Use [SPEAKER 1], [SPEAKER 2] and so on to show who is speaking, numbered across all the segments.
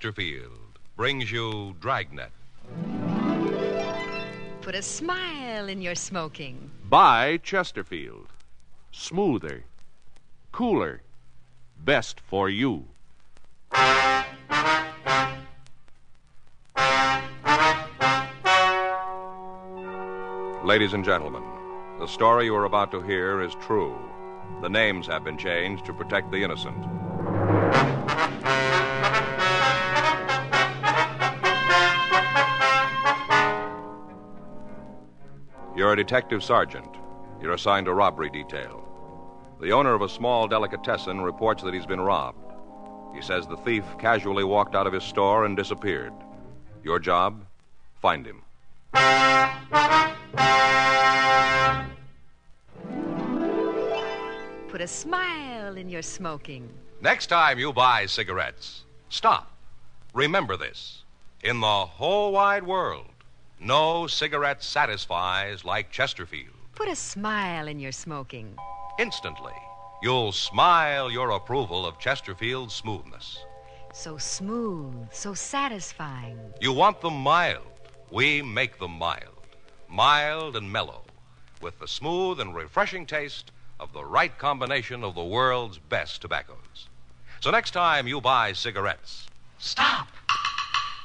[SPEAKER 1] Chesterfield brings you Dragnet.
[SPEAKER 2] Put a smile in your smoking.
[SPEAKER 3] By Chesterfield. Smoother, cooler, best for you.
[SPEAKER 1] Ladies and gentlemen, the story you are about to hear is true. The names have been changed to protect the innocent. You're a detective sergeant. You're assigned a robbery detail. The owner of a small delicatessen reports that he's been robbed. He says the thief casually walked out of his store and disappeared. Your job? Find him.
[SPEAKER 2] Put a smile in your smoking.
[SPEAKER 1] Next time you buy cigarettes, stop. Remember this. In the whole wide world, no cigarette satisfies like Chesterfield.
[SPEAKER 2] Put a smile in your smoking.
[SPEAKER 1] Instantly, you'll smile your approval of Chesterfield's smoothness.
[SPEAKER 2] So smooth, so satisfying.
[SPEAKER 1] You want them mild. We make them mild. Mild and mellow, with the smooth and refreshing taste of the right combination of the world's best tobaccos. So next time you buy cigarettes,
[SPEAKER 4] Stop.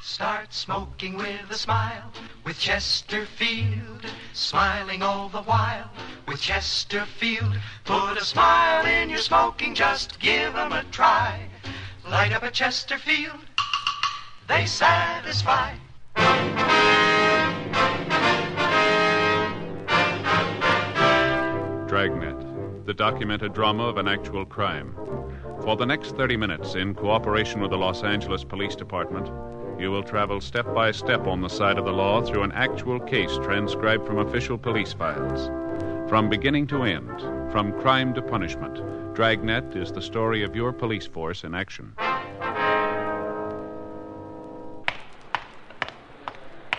[SPEAKER 4] Start smoking with a smile with Chesterfield. Smiling all the while with Chesterfield. Put a smile in your smoking, just give 'em a try. Light up a Chesterfield, they satisfy.
[SPEAKER 5] Dragnet, the documented drama of an actual crime. For the next 30 minutes, in cooperation with the Los Angeles Police Department, you will travel step by step on the side of the law through an actual case transcribed from official police files. From beginning to end, from crime to punishment, Dragnet is the story of your police force in action.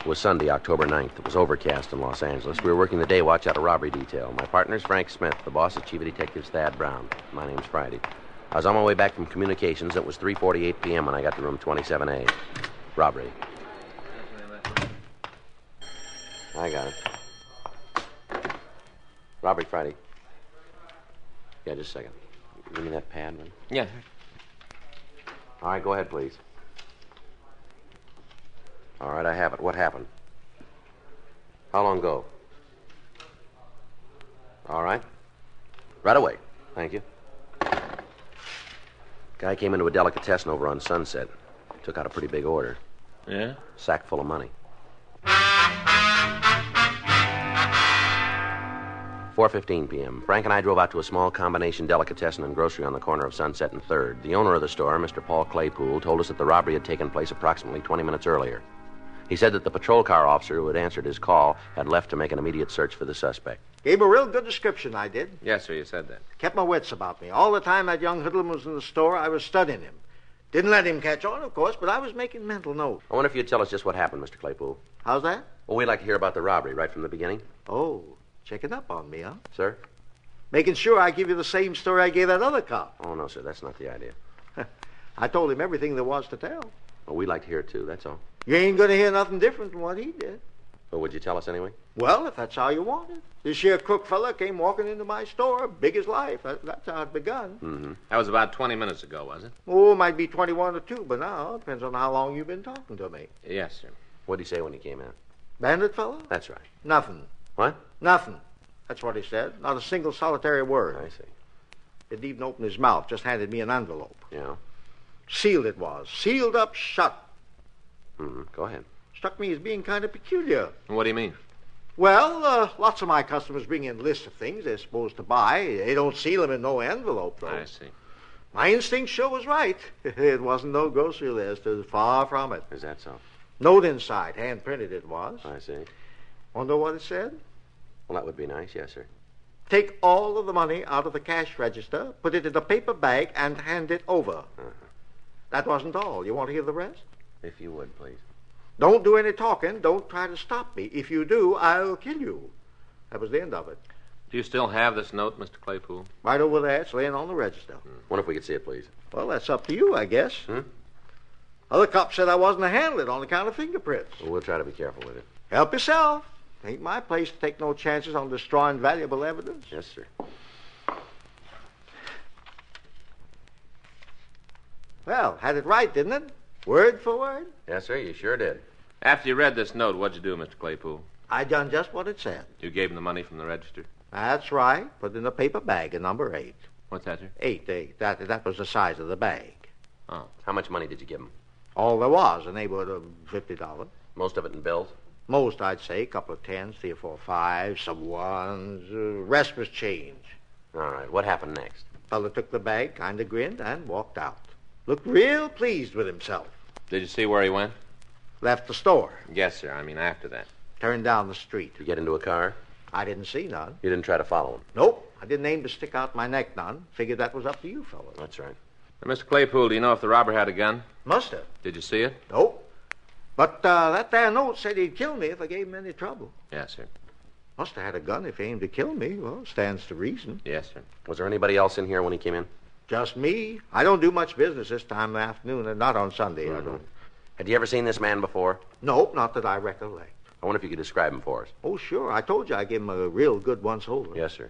[SPEAKER 6] It was Sunday, October 9th. It was overcast in Los Angeles. We were working the day watch out of robbery detail. My partner's Frank Smith. The boss is Chief of Detectives Thad Brown. My name's Friday. I was on my way back from communications. It was 3.48 p.m. when I got to room 27A. Robbery. I got it. Robbery Friday. Yeah, just a second. Give me that pad, man.
[SPEAKER 7] Yeah.
[SPEAKER 6] All right, go ahead, please. All right, I have it. What happened? How long ago? All right. Right away. Thank you. Guy came into a delicatessen over on Sunset. Took out a pretty big order.
[SPEAKER 7] Yeah?
[SPEAKER 6] Sack full of money. Four fifteen p.m. Frank and I drove out to a small combination delicatessen and grocery on the corner of Sunset and Third. The owner of the store, Mr. Paul Claypool, told us that the robbery had taken place approximately twenty minutes earlier. He said that the patrol car officer who had answered his call had left to make an immediate search for the suspect.
[SPEAKER 8] Gave a real good description, I did.
[SPEAKER 7] Yes, sir, you said that.
[SPEAKER 8] Kept my wits about me. All the time that young hoodlum was in the store, I was studying him. Didn't let him catch on, of course, but I was making mental notes.
[SPEAKER 6] I wonder if you'd tell us just what happened, Mr. Claypool.
[SPEAKER 8] How's that?
[SPEAKER 6] Well, we'd like to hear about the robbery right from the beginning,
[SPEAKER 8] Oh, checking up on me, huh?
[SPEAKER 6] sir.
[SPEAKER 8] Making sure I give you the same story I gave that other cop.
[SPEAKER 6] Oh, no, sir, that's not the idea.
[SPEAKER 8] I told him everything there was to tell.
[SPEAKER 6] Well, we'd like to hear it, too, that's all.
[SPEAKER 8] You ain't going to hear nothing different than what he did.
[SPEAKER 6] Well, would you tell us anyway?
[SPEAKER 8] Well, if that's how you want it. This here crook fella came walking into my store, big as life. That- That's how it begun.
[SPEAKER 7] Mm-hmm. That was about 20 minutes ago, was it?
[SPEAKER 8] Oh, might be 21 or 2 but now. Depends on how long you've been talking to me.
[SPEAKER 7] Yes, sir.
[SPEAKER 6] What'd he say when he came in?
[SPEAKER 8] Bandit fella?
[SPEAKER 6] That's right.
[SPEAKER 8] Nothing.
[SPEAKER 6] What?
[SPEAKER 8] Nothing. That's what he said. Not a single solitary word.
[SPEAKER 6] I see.
[SPEAKER 8] Didn't even open his mouth. Just handed me an envelope.
[SPEAKER 6] Yeah.
[SPEAKER 8] Sealed it was. Sealed up shut.
[SPEAKER 6] hmm Go ahead.
[SPEAKER 8] Struck me as being kind of peculiar.
[SPEAKER 7] What do you mean?
[SPEAKER 8] Well, uh, lots of my customers bring in lists of things they're supposed to buy. They don't seal them in no envelope, though.
[SPEAKER 7] I see.
[SPEAKER 8] My instinct sure was right. it wasn't no grocery list. It was far from it.
[SPEAKER 6] Is that so?
[SPEAKER 8] Note inside, hand printed it was.
[SPEAKER 6] I see.
[SPEAKER 8] Want to know what it said?
[SPEAKER 6] Well, that would be nice, yes, sir.
[SPEAKER 8] Take all of the money out of the cash register, put it in a paper bag, and hand it over.
[SPEAKER 7] Uh-huh.
[SPEAKER 8] That wasn't all. You want to hear the rest?
[SPEAKER 6] If you would, please.
[SPEAKER 8] Don't do any talking. Don't try to stop me. If you do, I'll kill you. That was the end of it.
[SPEAKER 7] Do you still have this note, Mr. Claypool? Hmm.
[SPEAKER 8] Right over there, it's laying on the register.
[SPEAKER 6] Wonder if we could see it, please.
[SPEAKER 8] Well, that's up to you, I guess.
[SPEAKER 6] Hmm?
[SPEAKER 8] Other cops said I wasn't to handle it on account of fingerprints.
[SPEAKER 6] Well, we'll try to be careful with it.
[SPEAKER 8] Help yourself. Ain't my place to take no chances on destroying valuable evidence.
[SPEAKER 6] Yes, sir.
[SPEAKER 8] Well, had it right, didn't it? Word for word.
[SPEAKER 6] Yes, sir, you sure did.
[SPEAKER 7] After you read this note, what'd you do, Mr. Claypool?
[SPEAKER 8] I done just what it said.
[SPEAKER 7] You gave him the money from the register.
[SPEAKER 8] That's right. Put in a paper bag of number eight.
[SPEAKER 7] What's that, sir?
[SPEAKER 8] Eight, eight. That, that was the size of the bag.
[SPEAKER 7] Oh.
[SPEAKER 6] How much money did you give him?
[SPEAKER 8] All there was, a neighborhood of $50.
[SPEAKER 6] Most of it in bills?
[SPEAKER 8] Most, I'd say, a couple of tens, three or four fives, some ones. Uh, rest was change.
[SPEAKER 6] All right, what happened next?
[SPEAKER 8] Fella took the bag, kind of grinned, and walked out. Looked real pleased with himself.
[SPEAKER 7] Did you see where he went?
[SPEAKER 8] Left the store,
[SPEAKER 7] Yes, sir. I mean, after that.
[SPEAKER 8] turned down the street.
[SPEAKER 6] You get into a car?
[SPEAKER 8] I didn't see none.
[SPEAKER 6] You didn't try to follow him?
[SPEAKER 8] Nope, I didn't aim to stick out my neck none. Figured that was up to you fellas.
[SPEAKER 6] That's right.
[SPEAKER 7] Now, Mr. Claypool, do you know if the robber had a gun?
[SPEAKER 8] Must have.
[SPEAKER 7] Did you see it?
[SPEAKER 8] Nope. But uh, that there note said he'd kill me if I gave him any trouble.
[SPEAKER 7] Yes, sir.
[SPEAKER 8] Must have had a gun if he aimed to kill me. Well, stands to reason.
[SPEAKER 7] Yes, sir.
[SPEAKER 6] Was there anybody else in here when he came in?
[SPEAKER 8] Just me. I don't do much business this time of the afternoon, and not on Sunday. I don't.
[SPEAKER 6] Had you ever seen this man before?
[SPEAKER 8] Nope, not that I recollect.
[SPEAKER 6] I wonder if you could describe him for us.
[SPEAKER 8] Oh, sure. I told you I gave him a real good once over.
[SPEAKER 6] Yes, sir.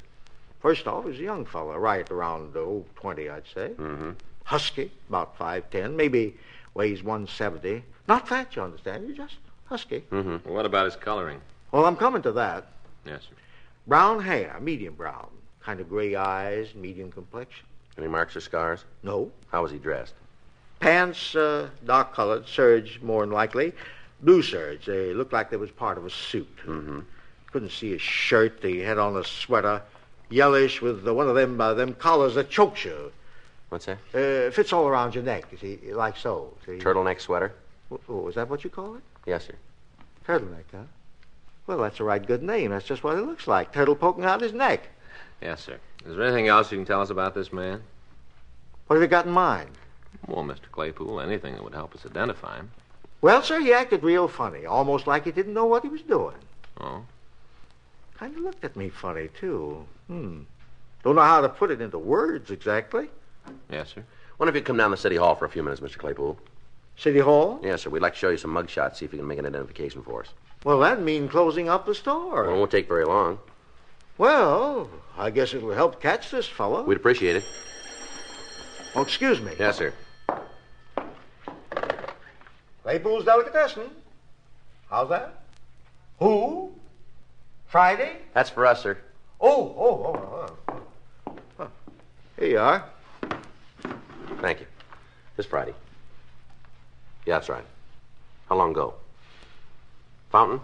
[SPEAKER 8] First off, he's a young fellow, right around oh, 20, I'd say. Mm-hmm. Husky, about 5'10, maybe weighs 170. Not fat, you understand. He's just husky.
[SPEAKER 7] Mm-hmm. Well, what about his coloring?
[SPEAKER 8] Well, I'm coming to that.
[SPEAKER 7] Yes, sir.
[SPEAKER 8] Brown hair, medium brown. Kind of gray eyes, medium complexion.
[SPEAKER 6] Any marks or scars?
[SPEAKER 8] No.
[SPEAKER 6] How was he dressed?
[SPEAKER 8] Pants, uh, dark colored, serge more than likely. Blue serge. They looked like they was part of a suit. Mm-hmm. Couldn't see his shirt. He had on a sweater, yellowish with uh, one of them uh, them collars that chokes you.
[SPEAKER 6] What's that?
[SPEAKER 8] Uh, fits all around your neck, you see, like so. See?
[SPEAKER 6] Turtleneck sweater?
[SPEAKER 8] Oh, oh, is that what you call it?
[SPEAKER 6] Yes, sir.
[SPEAKER 8] Turtleneck, huh? Well, that's a right good name. That's just what it looks like. Turtle poking out his neck.
[SPEAKER 7] Yes, sir. Is there anything else you can tell us about this man?
[SPEAKER 8] What have you got in mind?
[SPEAKER 7] Well, Mr. Claypool, anything that would help us identify him.
[SPEAKER 8] Well, sir, he acted real funny, almost like he didn't know what he was doing.
[SPEAKER 7] Oh.
[SPEAKER 8] Kind of looked at me funny, too. Hmm. Don't know how to put it into words exactly.
[SPEAKER 7] Yes, sir.
[SPEAKER 6] Wonder if you'd come down to City Hall for a few minutes, Mr. Claypool.
[SPEAKER 8] City Hall?
[SPEAKER 6] Yes, sir. We'd like to show you some mug shots, see if you can make an identification for us.
[SPEAKER 8] Well, that'd mean closing up the store.
[SPEAKER 6] Well, it won't take very long.
[SPEAKER 8] Well, I guess it'll help catch this fellow.
[SPEAKER 6] We'd appreciate it.
[SPEAKER 8] Oh, excuse me.
[SPEAKER 6] Yes, sir.
[SPEAKER 8] Claypool's Delicatessen. How's that? Who? Friday?
[SPEAKER 6] That's for us, sir.
[SPEAKER 8] Oh, oh, oh. oh. Huh. Here you are.
[SPEAKER 6] Thank you. This Friday. Yeah, that's right. How long ago? Fountain?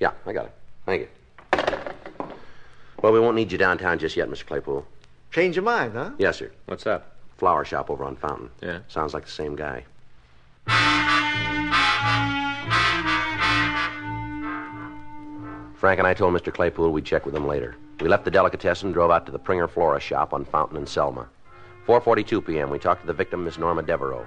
[SPEAKER 6] Yeah, I got it. Thank you. Well, we won't need you downtown just yet, Mr. Claypool.
[SPEAKER 8] Change your mind, huh?
[SPEAKER 6] Yes, sir.
[SPEAKER 7] What's up?
[SPEAKER 6] Flower shop over on Fountain.
[SPEAKER 7] Yeah.
[SPEAKER 6] Sounds like the same guy. Frank and I told Mr. Claypool we'd check with him later. We left the delicatessen and drove out to the Pringer Flora shop on Fountain and Selma. 4:42 p.m. We talked to the victim, Miss Norma Devereaux.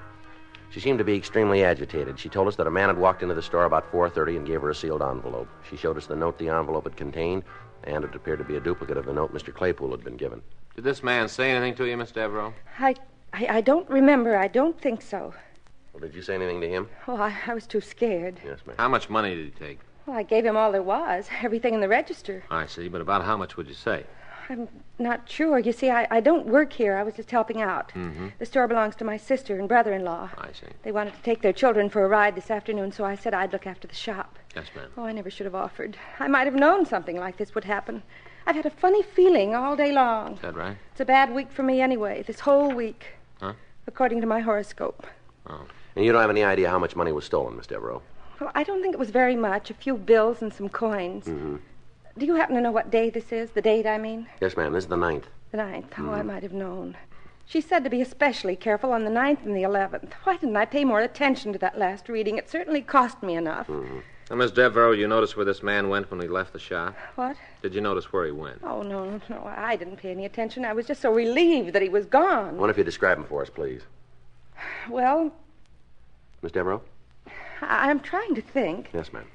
[SPEAKER 6] She seemed to be extremely agitated. She told us that a man had walked into the store about 4:30 and gave her a sealed envelope. She showed us the note the envelope had contained, and it appeared to be a duplicate of the note Mr. Claypool had been given.
[SPEAKER 7] Did this man say anything to you, Miss Devereaux?
[SPEAKER 9] I, I, I don't remember. I don't think so.
[SPEAKER 6] Well, did you say anything to him?
[SPEAKER 9] Oh, I, I was too scared.
[SPEAKER 6] Yes, ma'am.
[SPEAKER 7] How much money did he take?
[SPEAKER 9] Well, I gave him all there was, everything in the register.
[SPEAKER 7] I see, but about how much would you say?
[SPEAKER 9] I'm not sure. You see, I, I don't work here. I was just helping out. The store belongs to my sister and brother in law.
[SPEAKER 7] Mm-hmm. I see.
[SPEAKER 9] They wanted to take their children for a ride this afternoon, so I said I'd look after the shop.
[SPEAKER 7] Yes, ma'am.
[SPEAKER 9] Oh, I never should have offered. I might have known something like this would happen. I've had a funny feeling all day long.
[SPEAKER 7] Is that right?
[SPEAKER 9] It's a bad week for me anyway, this whole week.
[SPEAKER 7] Huh?
[SPEAKER 9] According to my horoscope.
[SPEAKER 6] And you don't have any idea how much money was stolen, Miss Devereaux.
[SPEAKER 9] Well, I don't think it was very much. A few bills and some coins. Do you happen to know what day this is? The date, I mean?
[SPEAKER 6] Yes, ma'am. This is the ninth.
[SPEAKER 9] The ninth. Oh, I might have known. She said to be especially careful on the ninth and the eleventh. Why didn't I pay more attention to that last reading? It certainly cost me enough.
[SPEAKER 7] Now, Miss Devereaux, you noticed where this man went when he left the shop?
[SPEAKER 9] What?
[SPEAKER 7] Did you notice where he went?
[SPEAKER 9] Oh, no, no, no. I didn't pay any attention. I was just so relieved that he was gone.
[SPEAKER 6] I wonder if you describe him for us, please.
[SPEAKER 9] Well,
[SPEAKER 6] Miss Devereaux?
[SPEAKER 9] I- I'm trying to think.
[SPEAKER 6] Yes, ma'am.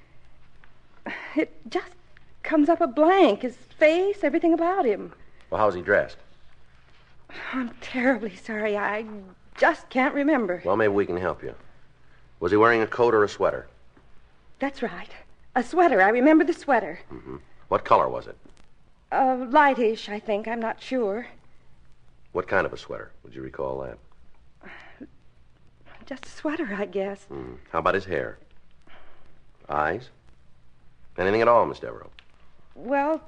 [SPEAKER 9] It just comes up a blank. His face, everything about him.
[SPEAKER 6] Well, how was he dressed?
[SPEAKER 9] I'm terribly sorry. I just can't remember.
[SPEAKER 6] Well, maybe we can help you. Was he wearing a coat or a sweater?
[SPEAKER 9] That's right. A sweater. I remember the sweater.
[SPEAKER 6] What color was it?
[SPEAKER 9] Uh, lightish, I think. I'm not sure.
[SPEAKER 6] What kind of a sweater? Would you recall that?
[SPEAKER 9] Just a sweater, I guess.
[SPEAKER 6] Hmm. How about his hair? Eyes? Anything at all, Miss Devereaux?
[SPEAKER 9] Well,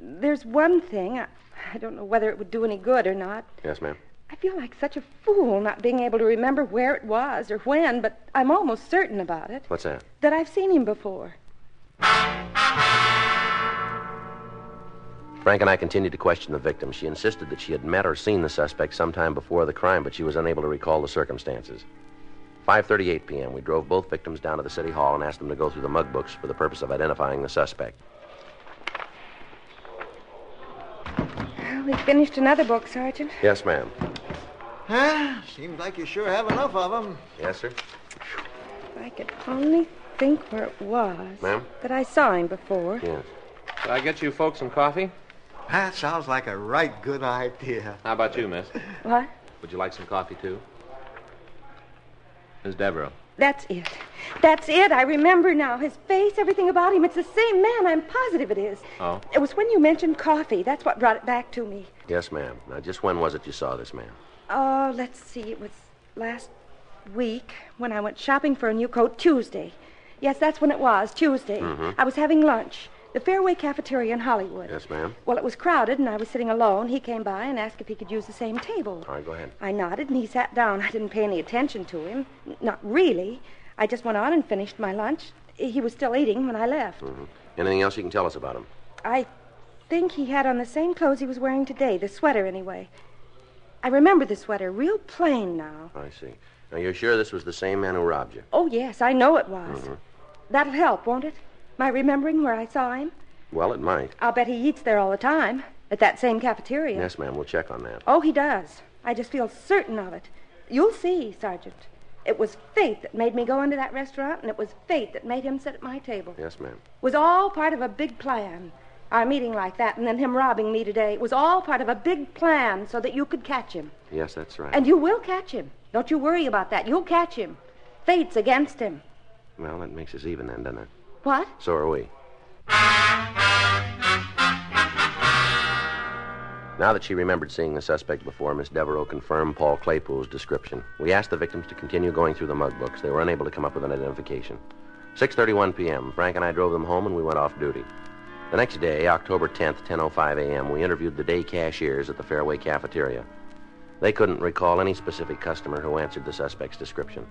[SPEAKER 9] there's one thing. I, I don't know whether it would do any good or not.
[SPEAKER 6] Yes, ma'am.
[SPEAKER 9] I feel like such a fool not being able to remember where it was or when, but I'm almost certain about it
[SPEAKER 6] What's that?
[SPEAKER 9] that I've seen him before.
[SPEAKER 6] Frank and I continued to question the victim. She insisted that she had met or seen the suspect sometime before the crime, but she was unable to recall the circumstances. 5:38 p.m. We drove both victims down to the city hall and asked them to go through the mug books for the purpose of identifying the suspect.
[SPEAKER 9] Well, we finished another book, Sergeant.
[SPEAKER 6] Yes, ma'am.
[SPEAKER 8] Huh? Seems like you sure have enough of them.
[SPEAKER 6] Yes, sir.
[SPEAKER 9] If I could only think where it was
[SPEAKER 6] Ma'am?
[SPEAKER 9] that I saw him before.
[SPEAKER 6] Yes.
[SPEAKER 7] Shall I get you folks some coffee?
[SPEAKER 8] That sounds like a right good idea.
[SPEAKER 7] How about you, miss?
[SPEAKER 9] What?
[SPEAKER 7] Would you like some coffee, too? Miss Devereaux.
[SPEAKER 9] That's it. That's it. I remember now. His face, everything about him. It's the same man. I'm positive it is.
[SPEAKER 7] Oh.
[SPEAKER 9] It was when you mentioned coffee. That's what brought it back to me.
[SPEAKER 6] Yes, ma'am. Now, just when was it you saw this man?
[SPEAKER 9] Oh, let's see. It was last week when I went shopping for a new coat Tuesday. Yes, that's when it was, Tuesday. I was having lunch. The Fairway Cafeteria in Hollywood.
[SPEAKER 6] Mm-hmm. Yes, ma'am.
[SPEAKER 9] Well, it was crowded, and I was sitting alone. He came by and asked if he could use the same table.
[SPEAKER 6] All right, go ahead.
[SPEAKER 9] I nodded, and he sat down. I didn't pay any attention to him. N- Not really. I just went on and finished my lunch. He was still eating when I left.
[SPEAKER 6] Hmm. Mm-hmm. Anything else you can tell us about him?
[SPEAKER 9] I think he had on the same clothes he was wearing today, the sweater, anyway. I remember the sweater, real plain now.
[SPEAKER 6] I see. Now, you're sure this was the same man who robbed you?
[SPEAKER 9] Oh, yes, I know it was. That'll help, won't it? My remembering where I saw him?
[SPEAKER 6] Well, it might.
[SPEAKER 9] I'll bet he eats there all the time, at that same cafeteria.
[SPEAKER 6] Yes, ma'am. We'll check on that.
[SPEAKER 9] Oh, he does. I just feel certain of it. You'll see, Sergeant. It was fate that made me go into that restaurant, and it was fate that made him sit at my table. It
[SPEAKER 6] Yes, ma'am.
[SPEAKER 9] was all part of a big plan. Our meeting like that, and then him robbing me today, it was all part of a big plan so that you could catch him.
[SPEAKER 6] Yes, that's right.
[SPEAKER 9] And you will catch him. Don't you worry about that. You'll catch him. Fate's against him.
[SPEAKER 6] Well, that makes us even then, doesn't it?
[SPEAKER 9] What?
[SPEAKER 6] So are we. Now that she remembered seeing the suspect before, Miss Devereaux confirmed Paul Claypool's description. We asked the victims to continue going through the mug books. They were unable to come up with an identification. 6:31 p.m. Frank and I drove them home, and we went off duty. The next day, October 10th, 10:05 a.m., we interviewed the day cashiers at the Fairway cafeteria. They couldn't recall any specific customer who answered the suspect's description.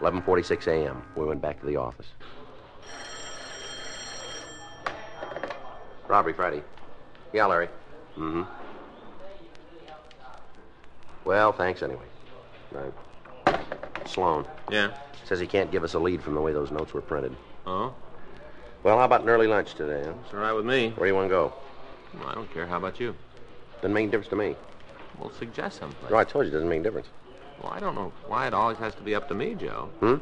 [SPEAKER 6] 11:46 a.m. We went back to the office. Robbery Friday. Yeah, Larry. Mm-hmm. Well, thanks anyway. Right. Sloan
[SPEAKER 7] Yeah.
[SPEAKER 6] says he can't give us a lead from the way those notes were printed.
[SPEAKER 7] Oh,
[SPEAKER 6] Well, how about an early lunch today? Huh?
[SPEAKER 7] it's all right with me.
[SPEAKER 6] Where do you want to go?
[SPEAKER 7] Well, I don't care. How about you?
[SPEAKER 6] Doesn't make any difference to me.
[SPEAKER 7] Well, suggest something.
[SPEAKER 6] No, I told you, it doesn't make any difference.
[SPEAKER 7] Well, I don't know why it always has to be up to me, Joe.
[SPEAKER 6] Hmm?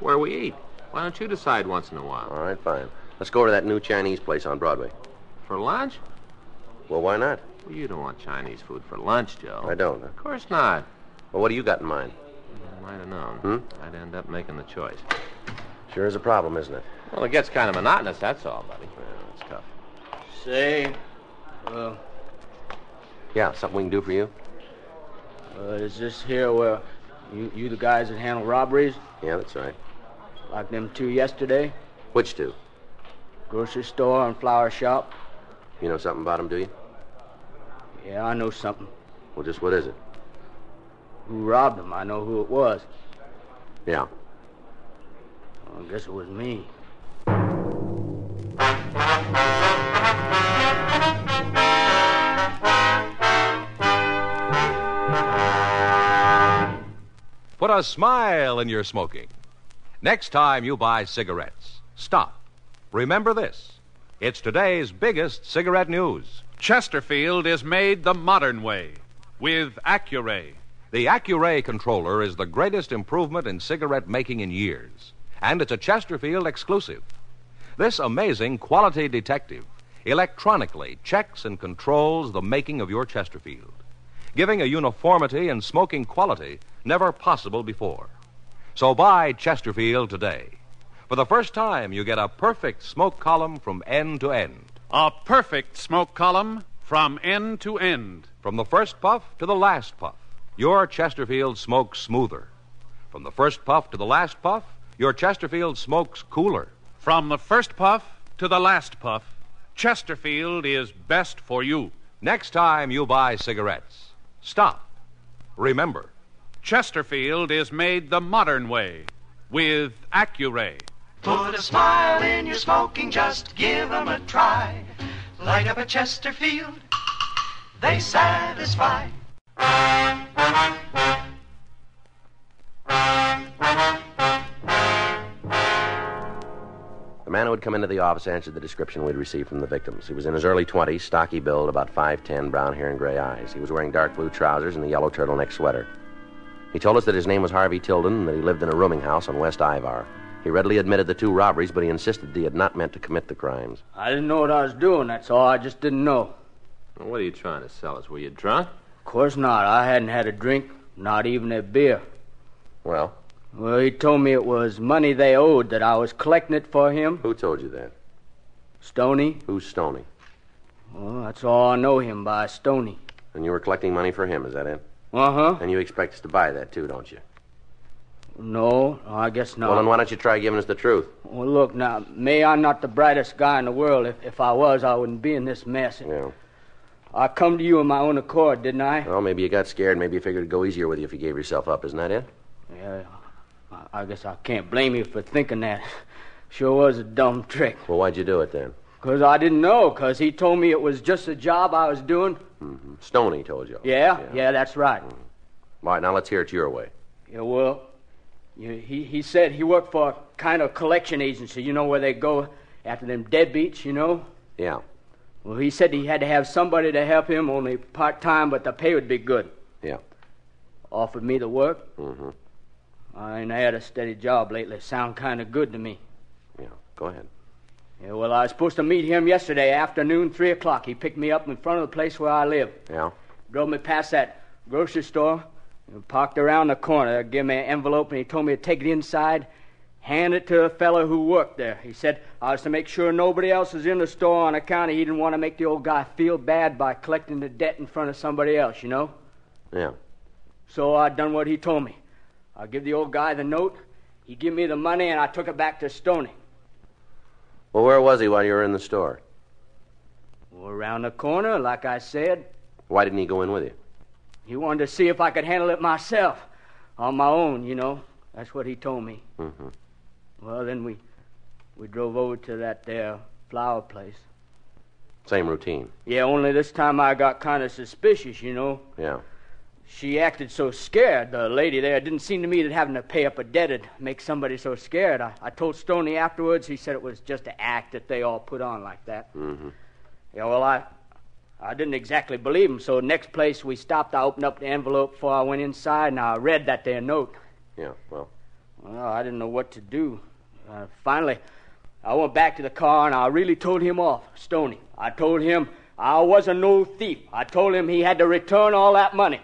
[SPEAKER 7] Where we eat. Why don't you decide once in a while?
[SPEAKER 6] All right, fine. Let's go to that new Chinese place on Broadway.
[SPEAKER 7] For lunch?
[SPEAKER 6] Well, why not?
[SPEAKER 7] Well, you don't want Chinese food for lunch, Joe.
[SPEAKER 6] I don't. Huh?
[SPEAKER 7] Of course not. Mm,
[SPEAKER 6] Well, what do you got in mind?
[SPEAKER 7] I might have known.
[SPEAKER 6] Hmm?
[SPEAKER 7] I'd end up making the choice.
[SPEAKER 6] Sure is a problem, isn't it?
[SPEAKER 7] Well, it gets kind of monotonous, that's all, buddy.
[SPEAKER 6] Well, it's tough.
[SPEAKER 10] Say, uh,
[SPEAKER 6] Yeah, something we can do for you?
[SPEAKER 10] uh, is this here where you, you the guys that handle robberies,
[SPEAKER 6] Yeah, that's right.
[SPEAKER 10] like them two yesterday?
[SPEAKER 6] Which two?
[SPEAKER 10] Grocery store and flower shop?
[SPEAKER 6] You know something about them, do you?
[SPEAKER 10] Yeah, I know something.
[SPEAKER 6] Well, just what is it?
[SPEAKER 10] Who robbed them? I know who it was.
[SPEAKER 6] Yeah.
[SPEAKER 10] I guess it was me.
[SPEAKER 1] Put a smile in your smoking. Next time you buy cigarettes, stop. Remember this it's today's biggest cigarette news.
[SPEAKER 5] Chesterfield is made the modern way with Accuray.
[SPEAKER 1] The Accuray controller is the greatest improvement in cigarette making in years, and it's a Chesterfield exclusive. This amazing quality detective electronically checks and controls the making of your Chesterfield, giving a uniformity and smoking quality never possible before. So buy Chesterfield today. For the first time, you get a perfect smoke column from end to end.
[SPEAKER 5] A perfect smoke column from end to end.
[SPEAKER 1] From the first puff to the last puff, your Chesterfield smokes smoother. From the first puff to the last puff, your Chesterfield smokes cooler.
[SPEAKER 5] From the first puff to the last puff, Chesterfield is best for you.
[SPEAKER 1] Next time you buy cigarettes, stop. Remember,
[SPEAKER 5] Chesterfield is made the modern way with Accuray.
[SPEAKER 4] Put a smile in your smoking, just give 'em a try. Light up a Chesterfield, they satisfy.
[SPEAKER 6] The man who had come into the office answered the description we'd received from the victims. He was in his early 20s, stocky build, about 5'10, brown hair and gray eyes. He was wearing dark blue trousers and a yellow turtleneck sweater. He told us that his name was Harvey Tilden and that he lived in a rooming house on West Ivar. He readily admitted the two robberies, but he insisted that he had not meant to commit the crimes.
[SPEAKER 10] I didn't know what I was doing, that's all. I just didn't know.
[SPEAKER 7] Well, what are you trying to sell us? Were you drunk?
[SPEAKER 10] Of course not. I hadn't had a drink, not even a beer.
[SPEAKER 6] Well,
[SPEAKER 10] Well, he told me it was money they owed, that I was collecting it for him.
[SPEAKER 6] who told you that?
[SPEAKER 10] Stony?
[SPEAKER 6] Who's Stony?
[SPEAKER 10] Well, that's all I know him by, Stony.
[SPEAKER 6] And you were collecting money for him, is that it?
[SPEAKER 10] Uh huh.
[SPEAKER 6] And you expect us to buy that, too, don't you?
[SPEAKER 10] No, I guess not.
[SPEAKER 6] Well, then why don't you try giving us the truth?
[SPEAKER 10] Well, look now, me, I'm not the brightest guy in the world. If, if I was, I wouldn't be in this mess.
[SPEAKER 6] Yeah.
[SPEAKER 10] I come to you of my own accord, didn't I?
[SPEAKER 6] Well, maybe you got scared. Maybe you figured it'd go easier with you if you gave yourself up. Isn't that it?
[SPEAKER 10] Yeah. I- I guess I can't blame you for thinking that. Sure was a dumb trick.
[SPEAKER 6] Well, why'd you do it then?
[SPEAKER 10] 'Cause I didn't know, 'cause he told me it was just a job I was doing.
[SPEAKER 6] Stony told you.
[SPEAKER 10] Yeah, yeah, that's right.
[SPEAKER 6] All right, now let's hear it your way.
[SPEAKER 10] Yeah, well, you, he, he said he worked for a kind of collection agency, you know, where they go after them deadbeats, you know?
[SPEAKER 6] Yeah.
[SPEAKER 10] Well, he said he had to have somebody to help him, only part time, but the pay would be good.
[SPEAKER 6] Yeah.
[SPEAKER 10] Offered me the work.
[SPEAKER 6] Mm-hmm.
[SPEAKER 10] I ain't had a steady job lately. Sound kind of good to me.
[SPEAKER 6] Yeah. Go ahead.
[SPEAKER 10] Yeah, well, I was supposed to meet him yesterday afternoon, 3 o'clock. He picked me up in front of the place where I live.
[SPEAKER 6] Yeah.
[SPEAKER 10] Drove me past that grocery store and parked around the corner. Give me an envelope, and he told me to take it inside, hand it to a fellow who worked there. He said I was to make sure nobody else was in the store on account of he didn't want to make the old guy feel bad by collecting the debt in front of somebody else, you know?
[SPEAKER 6] Yeah.
[SPEAKER 10] So I done what he told me. I give the old guy the note, he give me the money, and I took it back to Stoney.
[SPEAKER 6] Well, where was he while you were in the store?
[SPEAKER 10] Well, around the corner, like I said,
[SPEAKER 6] Why didn't he go in with you?
[SPEAKER 10] he wanted to see if I could handle it myself, on my own, you know. That's what he told me.
[SPEAKER 6] Mm-hmm.
[SPEAKER 10] Well, then we we drove over to that there flower place.
[SPEAKER 6] Same routine.
[SPEAKER 10] Yeah, only this time I got kind of suspicious, you know.
[SPEAKER 6] Yeah.
[SPEAKER 10] She acted so scared, the lady there. It didn't seem to me that having to pay up a debt would make somebody so scared. I, I told Stoney afterwards, he said it was just an act that they all put on like that.
[SPEAKER 6] Mm-hmm.
[SPEAKER 10] Yeah, well, I, I didn't exactly believe him, so next place we stopped, I opened up the envelope before I went inside, and I read that there note.
[SPEAKER 6] Yeah. Well.
[SPEAKER 10] Well, I didn't know what to do. Uh, finally, I went back to the car and I really told him off, Stoney. I told him I wasn't no thief. I told him he had to return all that money.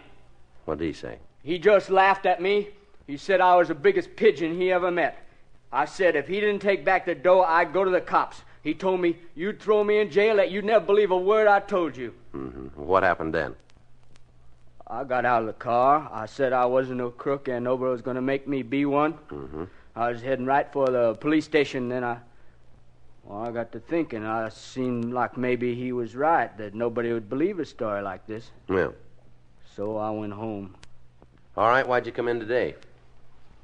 [SPEAKER 6] What did he say?
[SPEAKER 10] He just laughed at me. He said I was the biggest pigeon he ever met. I said if he didn't take back the dough, I'd go to the cops. He told me you'd throw me in jail, that you'd never believe a word I told you.
[SPEAKER 6] Mm-hmm. What happened then?
[SPEAKER 10] I got out of the car. I said I wasn't no crook and nobody was going to make me be one.
[SPEAKER 6] Mm-hmm.
[SPEAKER 10] I was heading right for the police station, then I. Well, I got to thinking. I seemed like maybe he was right, that nobody would believe a story like this.
[SPEAKER 6] Yeah.
[SPEAKER 10] So I went home.
[SPEAKER 6] All right. Why'd you come in today?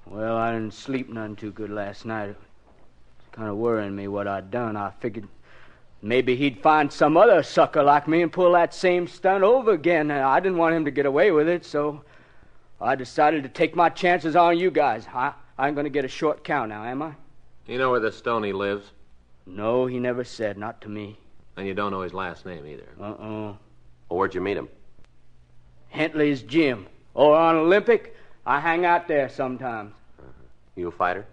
[SPEAKER 10] Well, I didn't sleep none too good last night. It kind of worrying me what I'd done. I figured maybe he'd find some other sucker like me and pull that same stunt over again. And I didn't want him to get away with it, so I decided to take my chances on you guys. I, I'm going to get a short count now, am I?
[SPEAKER 7] You know where the Stony lives,
[SPEAKER 10] No, he never said, not to me.
[SPEAKER 7] and you don't know his last name either.
[SPEAKER 10] Uh-uh.
[SPEAKER 6] Well, where'd you meet him?
[SPEAKER 10] Hentley's gym. Or on Olympic, I hang out there sometimes.
[SPEAKER 6] You a fighter?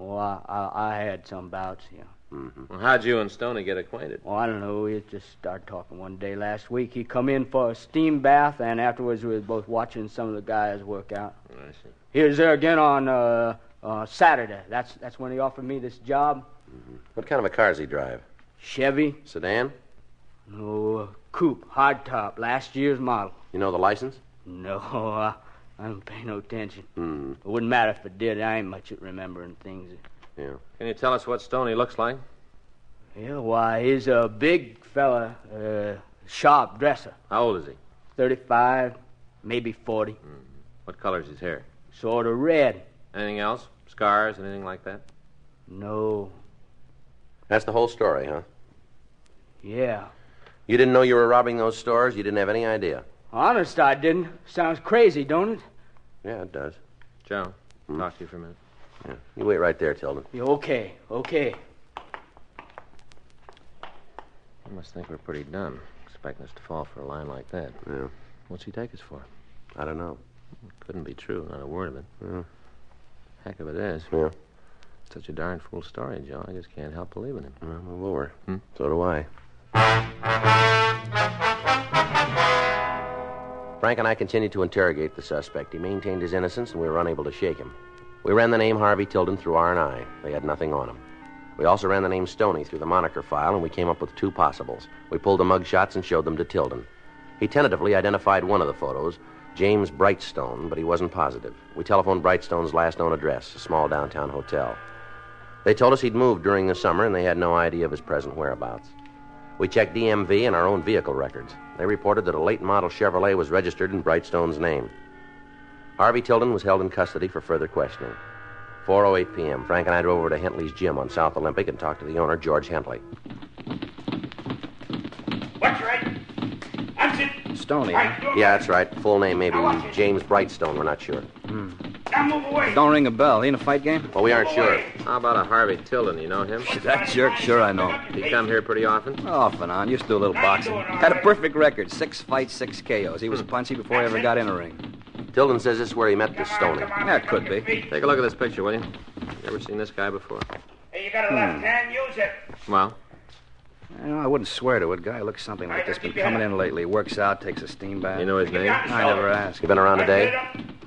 [SPEAKER 10] Oh, I, I, I had some bouts, yeah.
[SPEAKER 7] Mm-hmm. Well, how'd you and Stoney get acquainted?
[SPEAKER 10] Well, I don't know. We just started talking one day last week. He come in for a steam bath, and afterwards we were both watching some of the guys work out.
[SPEAKER 7] I see.
[SPEAKER 10] He was there again on uh, uh, Saturday. That's that's when he offered me this job.
[SPEAKER 6] What kind of a car does he drive?
[SPEAKER 10] Chevy,
[SPEAKER 6] Sedan?
[SPEAKER 10] no uh, coupe, hardtop, last year's model.
[SPEAKER 6] You know the license?
[SPEAKER 10] No, I, I don't pay no attention.
[SPEAKER 7] Mm-hmm.
[SPEAKER 6] Hmm.
[SPEAKER 10] It wouldn't matter if it did. I ain't much at remembering things.
[SPEAKER 6] Yeah.
[SPEAKER 7] Can you tell us what Stoney looks like?
[SPEAKER 10] Yeah, why he's a big fella, uh, sharp dresser,
[SPEAKER 7] How old is he?
[SPEAKER 10] thirty-five, maybe forty,
[SPEAKER 7] What color's his hair?
[SPEAKER 10] sort of red.
[SPEAKER 7] Anything else? Scars, anything like that?
[SPEAKER 10] No,
[SPEAKER 6] That's the whole story, huh?
[SPEAKER 10] yeah.
[SPEAKER 6] You didn't know you were robbing those stores? You didn't have any idea?
[SPEAKER 10] Honest, I didn't. Sounds crazy, don't it?
[SPEAKER 6] Yeah, it does. Hmm?
[SPEAKER 7] Joe, talk to you for a minute.
[SPEAKER 6] Yeah. You wait right there, Tilden.
[SPEAKER 10] Yeah, okay, okay.
[SPEAKER 7] I must think we're pretty dumb, expecting us to fall for a line like that.
[SPEAKER 6] Yeah.
[SPEAKER 7] What's he take us for?
[SPEAKER 6] I don't know.
[SPEAKER 7] Couldn't be true, not a word of it.
[SPEAKER 6] Yeah.
[SPEAKER 7] Heck of it is.
[SPEAKER 6] Yeah.
[SPEAKER 7] Such a darn fool story, Joe. I just can't help believing it.
[SPEAKER 6] Well, move over. So do I. Frank and I continued to interrogate the suspect. He maintained his innocence, and we were unable to shake him. We ran the name Harvey Tilden through R&I. They had nothing on him. We also ran the name Stoney through the moniker file, and we came up with two possibles. We pulled the mug shots and showed them to Tilden. He tentatively identified one of the photos, James Brightstone, but he wasn't positive. We telephoned Brightstone's last known address, a small downtown hotel. They told us he'd moved during the summer and they had no idea of his present whereabouts. We checked DMV and our own vehicle records. They reported that a late model Chevrolet was registered in Brightstone's name. Harvey Tilden was held in custody for further questioning. 4:08 p.m. Frank and I drove over to Hentley's gym on South Olympic and talked to the owner, George Hentley.
[SPEAKER 11] What's right? That's it.
[SPEAKER 6] Stoney.
[SPEAKER 11] huh?
[SPEAKER 6] Yeah, that's right. Full name maybe James Brightstone. We're not sure.
[SPEAKER 11] Now move away.
[SPEAKER 12] Don't ring a bell. He in a fight game?
[SPEAKER 6] Well, we aren't sure.
[SPEAKER 7] How about a Harvey Tilden? You know him?
[SPEAKER 12] That jerk, sure I know.
[SPEAKER 7] He come here pretty often?
[SPEAKER 12] Off and on. Used to do a little boxing. Had a perfect record. Six fights, six KOs. He was punchy before he ever got in a ring.
[SPEAKER 6] Tilden says this is where he met this Stoney.
[SPEAKER 12] That could be.
[SPEAKER 7] Take a look at this picture, will you? Never seen this guy before.
[SPEAKER 11] Hey, you got a
[SPEAKER 6] Hmm.
[SPEAKER 11] left hand? Use it.
[SPEAKER 7] Well,
[SPEAKER 12] You know, I wouldn't swear to it. Guy looks something like this. Been coming in lately. Works out, takes a steam bath.
[SPEAKER 7] you know his name?
[SPEAKER 12] I never asked.
[SPEAKER 6] You been around today?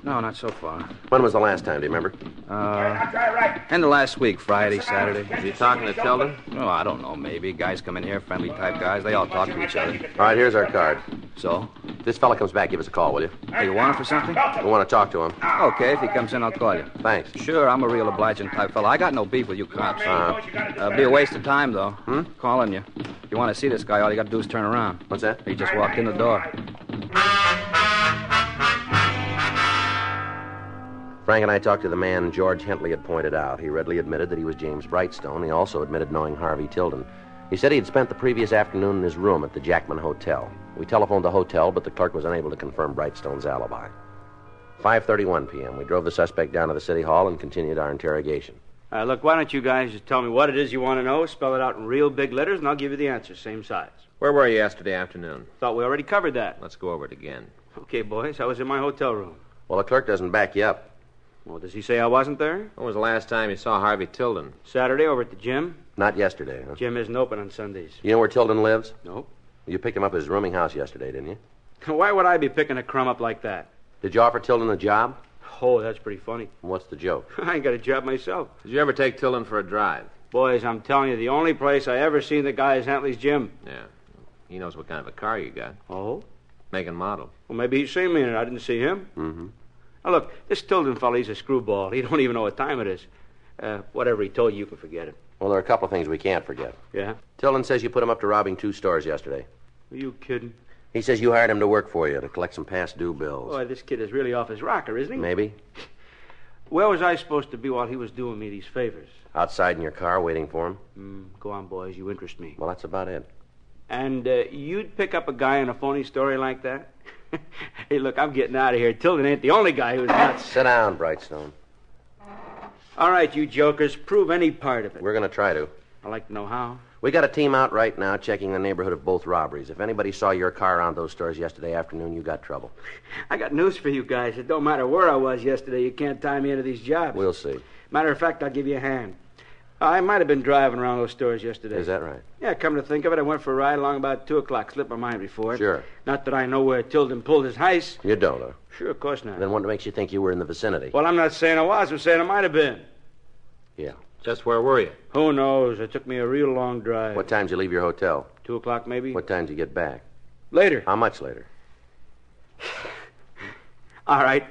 [SPEAKER 12] No, not so far.
[SPEAKER 6] When was the last time? Do you remember?
[SPEAKER 12] Uh,
[SPEAKER 11] Try right.
[SPEAKER 12] end of last week, Friday, Saturday.
[SPEAKER 7] Is he talking to Tilden?
[SPEAKER 12] Oh, I don't know. Maybe guys come in here, friendly type guys. They all talk to each other.
[SPEAKER 6] All right, here's our card.
[SPEAKER 12] So,
[SPEAKER 6] If this fella comes back, give us a call, will you?
[SPEAKER 12] hey, you want him for something?
[SPEAKER 6] We want to talk to him.
[SPEAKER 12] Okay, if he comes in, I'll call you.
[SPEAKER 6] Thanks.
[SPEAKER 12] Sure, I'm a real obliging type fella. I got no beef with you cops.
[SPEAKER 6] Uh,
[SPEAKER 12] Uh, be a waste of time, though. Calling you. If you want to see this guy, all you got to do is turn around.
[SPEAKER 6] Hmm? what's that?
[SPEAKER 12] He just walked in the door.
[SPEAKER 6] Frank and I talked to the man George Hentley had pointed out. He readily admitted that he was James Brightstone. He also admitted knowing Harvey Tilden. He said he had spent the previous afternoon in his room at the Jackman Hotel. We telephoned the hotel, but the clerk was unable to confirm Brightstone's alibi. 5:31 p.m. We drove the suspect down to the city hall and continued our interrogation.
[SPEAKER 10] Uh, look, why don't you guys just tell me what it is you want to know, spell it out in real big letters, and I'll give you the answer, same size.
[SPEAKER 7] Where were you yesterday afternoon?
[SPEAKER 10] Thought we already covered that.
[SPEAKER 7] Let's go over it again.
[SPEAKER 10] Okay, boys, I was in my hotel room.
[SPEAKER 6] Well, the clerk doesn't back you up.
[SPEAKER 10] Well, does he say I wasn't there?
[SPEAKER 7] When was the last time you saw Harvey Tilden?
[SPEAKER 10] Saturday over at the gym.
[SPEAKER 6] Not yesterday. Huh?
[SPEAKER 10] Gym isn't open on Sundays.
[SPEAKER 6] You know where Tilden lives?
[SPEAKER 10] Nope.
[SPEAKER 6] You picked him up at his rooming house yesterday, didn't you?
[SPEAKER 10] Why would I be picking a crumb up like that?
[SPEAKER 6] Did you offer Tilden the job?
[SPEAKER 10] Oh, that's pretty funny.
[SPEAKER 6] What's the joke?
[SPEAKER 10] I ain't got a job myself.
[SPEAKER 7] Did you ever take Tilden for a drive?
[SPEAKER 10] Boys, I'm telling you, the only place I ever seen the guy is Huntley's gym.
[SPEAKER 7] Yeah. He knows what kind of a car you got.
[SPEAKER 10] Oh?
[SPEAKER 7] Make and model.
[SPEAKER 10] Well, maybe he's seen me in it. I didn't see him. Mm-hmm. Now, look, this Tilden fella, he's a screwball. He don't even know what time it is. Uh, whatever he told you, you can forget it.
[SPEAKER 6] Well, there are a couple of things we can't forget.
[SPEAKER 10] Yeah?
[SPEAKER 6] Tilden says you put him up to robbing two stores yesterday.
[SPEAKER 10] Are you kidding?
[SPEAKER 6] He says you hired him to work for you to collect some past due bills.
[SPEAKER 10] Boy, this kid is really off his rocker, isn't he?
[SPEAKER 6] Maybe
[SPEAKER 10] Where was I supposed to be while he was doing me these favors?
[SPEAKER 6] outside in your car waiting for him.
[SPEAKER 10] Mm, go on, boys. You interest me.
[SPEAKER 6] Well, that's about it.
[SPEAKER 10] And uh, you'd pick up a guy in a phony story like that? hey, look, I'm getting out of here. Tilden ain't the only guy who's nuts.
[SPEAKER 6] Sit down, Brightstone.
[SPEAKER 10] All right, you jokers, prove any part of it.
[SPEAKER 6] We're going to try to.
[SPEAKER 10] I'd like to know how.
[SPEAKER 6] We got a team out right now checking the neighborhood of both robberies. If anybody saw your car around those stores yesterday afternoon, you got trouble.
[SPEAKER 10] I got news for you guys. It don't matter where I was yesterday. You can't tie me into these jobs.
[SPEAKER 6] We'll see.
[SPEAKER 10] Matter of fact, I'll give you a hand.
[SPEAKER 13] I might have been driving around those stores yesterday.
[SPEAKER 6] Is that right?
[SPEAKER 13] Yeah, come to think of it, I went for a ride along about 2 o'clock. Slipped my mind before it.
[SPEAKER 6] Sure.
[SPEAKER 13] Not that I know where Tilden pulled his heist.
[SPEAKER 6] You don't, huh?
[SPEAKER 13] Sure, of course not.
[SPEAKER 6] Then what makes you think you were in the vicinity?
[SPEAKER 13] Well, I'm not saying I was. I'm saying I might have been.
[SPEAKER 6] Yeah. Just where were you?
[SPEAKER 13] Who knows? It took me a real long drive.
[SPEAKER 6] What time did you leave your hotel?
[SPEAKER 13] Two o'clock, maybe.
[SPEAKER 6] What time did you get back?
[SPEAKER 13] Later.
[SPEAKER 6] How much later?
[SPEAKER 13] All right.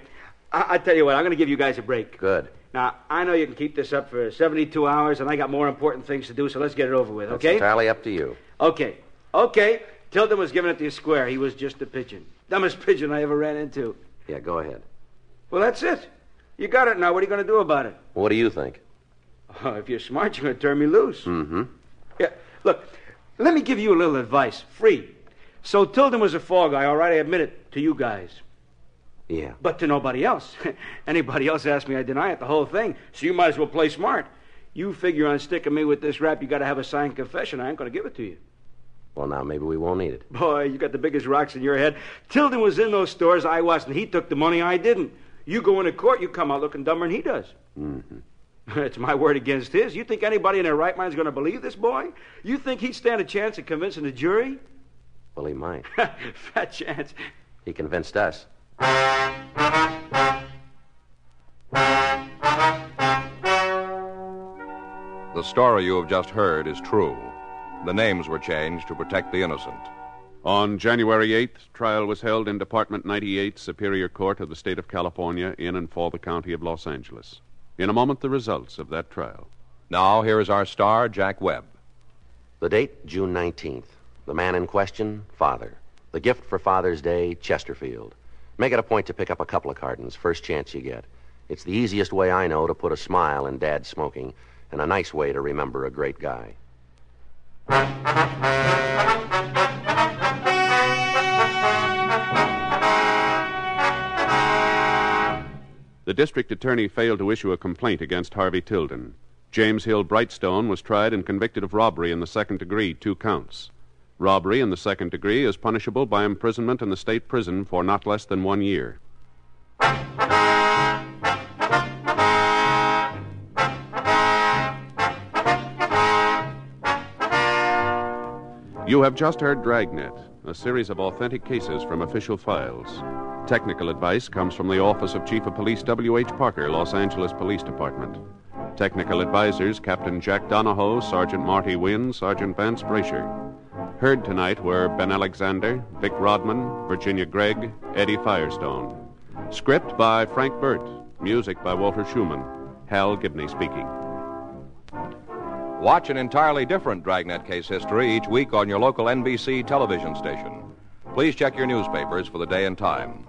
[SPEAKER 13] I, I tell you what, I'm going to give you guys a break.
[SPEAKER 6] Good.
[SPEAKER 13] Now, I know you can keep this up for 72 hours, and I got more important things to do, so let's get it over with,
[SPEAKER 6] That's
[SPEAKER 13] okay?
[SPEAKER 6] entirely up to you.
[SPEAKER 13] Okay. Okay. Tilden was giving it to you square. He was just a pigeon. Dumbest pigeon I ever ran into.
[SPEAKER 6] Yeah, go ahead.
[SPEAKER 13] Well, that's it. You got it now. What are you going to do about it?
[SPEAKER 6] What do you think?
[SPEAKER 13] Oh, if you're smart, you're going to turn me loose.
[SPEAKER 6] Mm-hmm.
[SPEAKER 13] Yeah, look, let me give you a little advice, free. So Tilden was a fall guy, all right, I admit it, to you guys.
[SPEAKER 6] Yeah.
[SPEAKER 13] But to nobody else. Anybody else asked me, I deny it, the whole thing. So you might as well play smart. You figure on sticking me with this rap, you got to have a signed confession. I ain't going to give it to you.
[SPEAKER 6] Well, now maybe we won't need it.
[SPEAKER 13] Boy, you got the biggest rocks in your head. Tilden was in those stores, I wasn't. He took the money, I didn't. You go into court, you come out looking dumber than he does.
[SPEAKER 6] Mm-hmm.
[SPEAKER 13] it's my word against his. You think anybody in their right mind's going to believe this boy? You think he'd stand a chance of convincing the jury?
[SPEAKER 6] Well, he might.
[SPEAKER 13] Fat chance.
[SPEAKER 6] He convinced us.
[SPEAKER 1] The story you have just heard is true. The names were changed to protect the innocent.
[SPEAKER 5] On January 8th, trial was held in Department 98, Superior Court of the State of California, in and for the County of Los Angeles. In a moment, the results of that trial.
[SPEAKER 1] Now, here is our star, Jack Webb.
[SPEAKER 6] The date, June 19th. The man in question, father. The gift for Father's Day, Chesterfield. Make it a point to pick up a couple of cartons, first chance you get. It's the easiest way I know to put a smile in Dad's smoking, and a nice way to remember a great guy.
[SPEAKER 5] The district attorney failed to issue a complaint against Harvey Tilden. James Hill Brightstone was tried and convicted of robbery in the second degree, two counts. Robbery in the second degree is punishable by imprisonment in the state prison for not less than one year. You have just heard Dragnet, a series of authentic cases from official files. Technical advice comes from the Office of Chief of Police W.H. Parker, Los Angeles Police Department. Technical advisors Captain Jack Donahoe, Sergeant Marty Wynn, Sergeant Vance Brasher. Heard tonight were Ben Alexander, Vic Rodman, Virginia Gregg, Eddie Firestone. Script by Frank Burt. Music by Walter Schumann. Hal Gibney speaking.
[SPEAKER 1] Watch an entirely different Dragnet case history each week on your local NBC television station. Please check your newspapers for the day and time.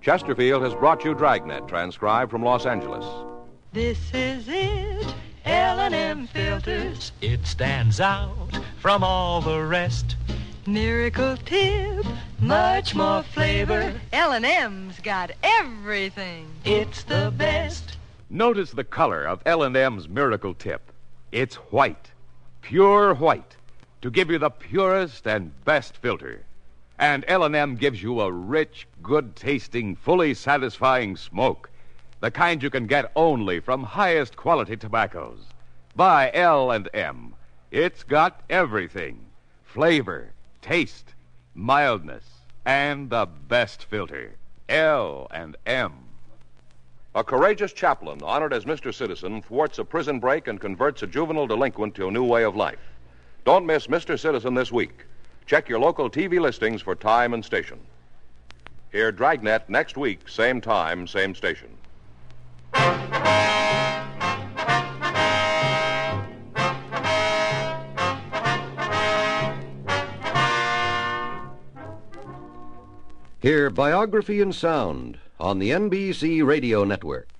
[SPEAKER 1] Chesterfield has brought you Dragnet, transcribed from Los Angeles.
[SPEAKER 14] This is it, L&M filters. It stands out from all the rest. Miracle tip, much more flavor. L&M's got everything. It's the best.
[SPEAKER 15] Notice the color of L&M's Miracle Tip. It's white, pure white, to give you the purest and best filter. And L&M gives you a rich, good-tasting, fully satisfying smoke, the kind you can get only from highest quality tobaccos. Buy L&M. It's got everything: flavor, taste, mildness, and the best filter. L&M.
[SPEAKER 1] A courageous chaplain, honored as Mr. Citizen, thwarts a prison break and converts a juvenile delinquent to a new way of life. Don't miss Mr. Citizen this week. Check your local TV listings for time and station. Hear Dragnet next week, same time, same station.
[SPEAKER 16] Hear Biography in Sound on the NBC Radio Network.